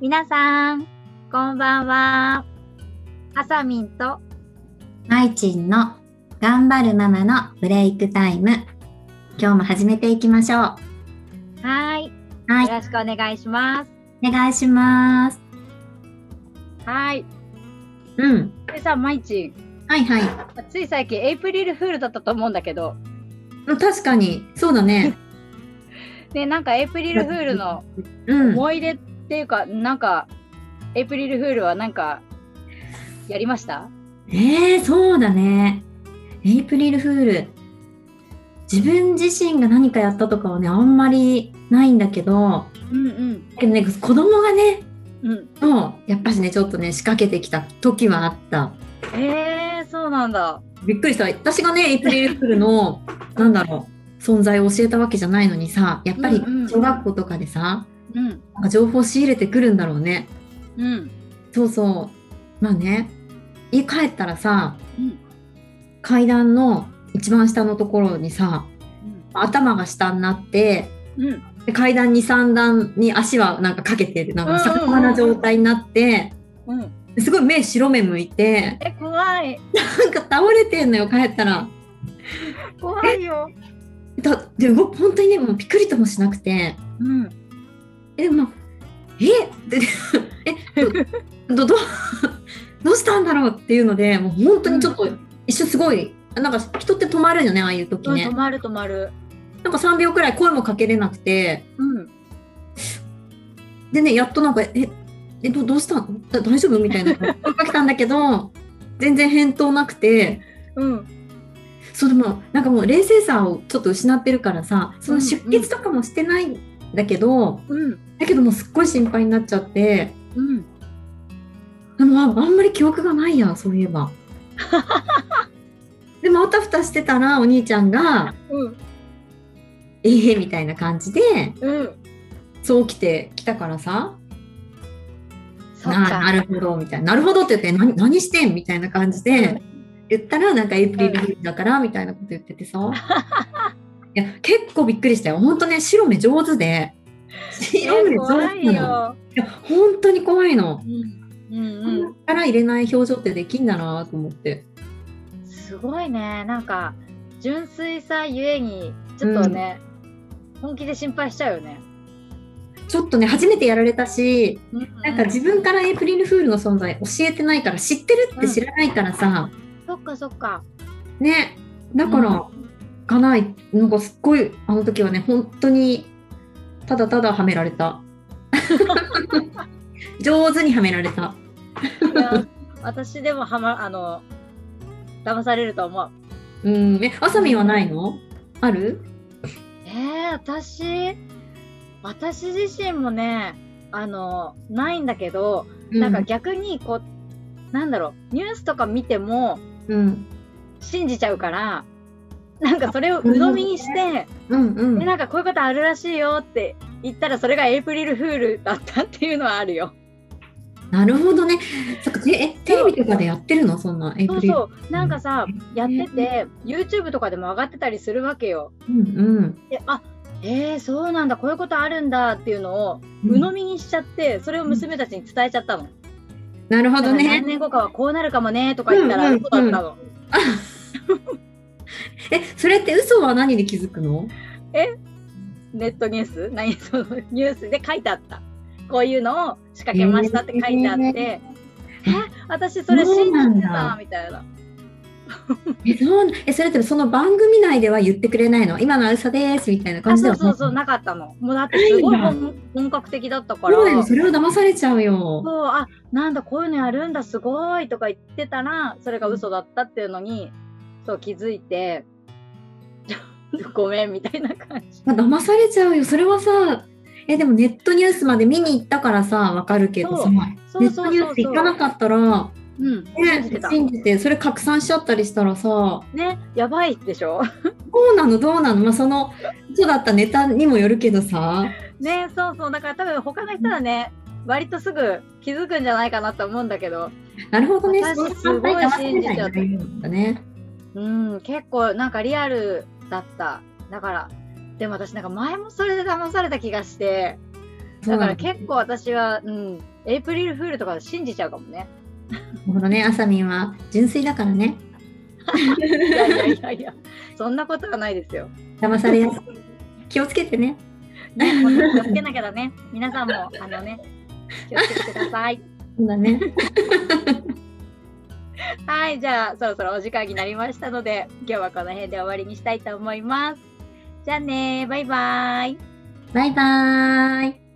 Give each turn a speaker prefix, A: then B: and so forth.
A: 皆さん、こんばんは。あさみんと
B: まいちんの頑張るママのブレイクタイム。今日も始めていきましょう。
A: はい、
B: はい
A: よろしくお願いします。
B: お願いします。
A: はい。
B: うん。
A: でさ、まいち、
B: はいはい。
A: つい最近エイプリルフールだったと思うんだけど、
B: うん確かに、そうだね。
A: ね、なんかエイプリルフールの
B: うん。
A: 思い出っていうか、なんか、エイプリルフールはなんか、やりました
B: えー、そうだね。エイプリルフール。自分自身が何かやったとかはね、あんまりないんだけど、
A: うんうん。
B: けどね、子供がね、
A: うん。
B: もう、やっぱしね、ちょっとね、仕掛けてきた時はあった。
A: えー、そうなんだ。
B: びっくりした。私がね、エイプリルフール の、なんだろう、存在を教えたわけじゃないのにさ、やっぱり
A: うんうん
B: 小学校とかでさ、
A: うん。
B: なんか情報仕入れてくるんだろうね。
A: うん。
B: そうそう。まあね、家帰ったらさ、
A: うん
B: 階段の一番下のところにさ、頭が下になって、
A: うん。うん。
B: で階段2、3段に足はなんかかけてる、なんか
A: うんうんうん
B: 逆さな状態になって、
A: うん。
B: すごい目白目向いて、
A: え、怖い。
B: なんか倒れてんのよ、帰ったら。
A: 怖いよ。
B: だで動本当にねもうピクリともしなくて
A: うん。
B: えでもまあえ ってえどどどどうしたんだろうっていうのでもう本当にちょっと一瞬すごいなんか人って止まるよねああいう時
A: うん、
B: ね
A: 止、まる止まる。
B: なんか3秒くらい声もかけれなくて
A: うん。
B: でねやっとなんかええどどうしたんだ大丈夫みたいな声が来たんだけど全然返答なくて
A: うん。
B: そうでもなんかもう冷静さをちょっと失ってるからさその出血とかもしてないんだけど、
A: うん。
B: だけどもうすっごい心配になっちゃって
A: うん。
B: でもああんまり記憶がないやそういえ ばでもあたふたしてたらお兄ちゃんが
A: うん。
B: 「ええみたいな感じで
A: うん。
B: そう起きてきたからさ「
A: そっ
B: なな
A: か。
B: るほど」みたいな「なるほど」って言って「何何してん?」みたいな感じで言ったらなんか「エイプリルフールだから」みたいなこと言っててさいや結構びっくりしたよほんとね白目上手で白
A: え
B: 目上手
A: 怖
B: ないのい
A: よ。
B: や本当に怖いの。
A: うん。う
B: こ
A: ん
B: んから入れない表情ってできんだなと思って。
A: うん。すごいね。なんか、純粋さゆえに、ちょっとね、本気で心配しちゃうよね。
B: ちょっとね、初めてやられたし、なんか自分
A: か。
B: からエイプリルフールの存在教えてないから、知ってるって知らないからさ、
A: そっかそっか。
B: ね、だから、かない、なんかすっごい、あの時はね、本当に、ただただはめられ た。上手にはめられた。
A: いや私でもはま、あの、騙されると思う。
B: うん、え、あさみんはないのある
A: えー、私、私自身もね、あの、ないんだけど、なんか、逆にこう、なんだろうニュースとか見ても
B: うん、
A: 信じちゃうからなんかそれを鵜呑みにして、
B: うん、うん
A: で。なんかこういうことあるらしいよって言ったらそれがエイプリルフールだったっていうのはあるよ。
B: なるほどね。そっか、てえ、テレビとかでやってるのそんな、エイプ
A: そ
B: リ
A: う
B: ル。
A: そうなんかさやってて YouTube とかでも上がってたりするわけよ。
B: うん、うん。
A: であえー、そうなんだこういうことあるんだっていうのを鵜呑みにしちゃってそれを娘たちに伝えちゃったの。
B: なるほ
A: だか
B: ど
A: ら
B: ね
A: 何。年後かはこうなるかもねとか言った
B: うん
A: ら
B: うんうん
A: 嘘だったの。
B: え、それって嘘は何で気づくの
A: ネットニュース何 そのニュースで書いてあった。こういうのを仕掛けましたって書いてあって、え私それ信
B: そうなん
A: じて
B: だ
A: たみたいな。
B: え、そう、え、それってその番組内では言ってくれないの今のは嘘ですみたいな感
A: あ
B: じ
A: そ
B: で
A: う
B: は
A: そうそう、なかったの。もうだってすごい
B: ない
A: 本本格的だったから、
B: そうだよ、
A: そ
B: それは騙されちゃうよ。
A: う、あなんだ、こういうのやるんだ、すごいとか言ってたら、それが嘘だったっていうのに、そう気づいて、ちょっとごめんみたいな感じ。
B: まあ騙されちゃうよ、それはさ、え、でもネットニュースまで見に行ったからさ、わかるけど
A: そう
B: さ、ネ
A: そう
B: ッ
A: そ
B: ト
A: う
B: ニュ
A: そ
B: ー
A: う
B: ス
A: そ
B: 行かな
A: う。
B: かったら、
A: うん、信じて
B: ね
A: た、。
B: 信じて、それ拡散しちゃったりしたらさ、
A: ね、やばいでしょ
B: どうなの、どうなの、まあ、その、嘘だったネタにもよるけどさ、
A: ねそうそうだから多分他の人はね割とすぐ気づくんじゃないかなと思うんだけど
B: なるほどね、
A: 私
B: その
A: すごい
B: 簡単に騙されない
A: 信
B: んだね。
A: うん結構なんかリアルだっただからでも私なんか前もそれで騙された気がしてだから結構私は、うん、エイプリルフールとか信じちゃうかもね。
B: このね、あさみんは純粋だからね、
A: いやいやいやいや、そんなことはないですよ。
B: 騙されやすい。気をつけてね。
A: ね、本当に気をつけなきゃだね。皆さんも、あのね、気をつけてください。
B: そうだね。
A: はい、じゃあ、そろそろお時間になりましたので、今日はこの辺で終わりにしたいと思います。じゃあねバイバイ。
B: バイバーイ。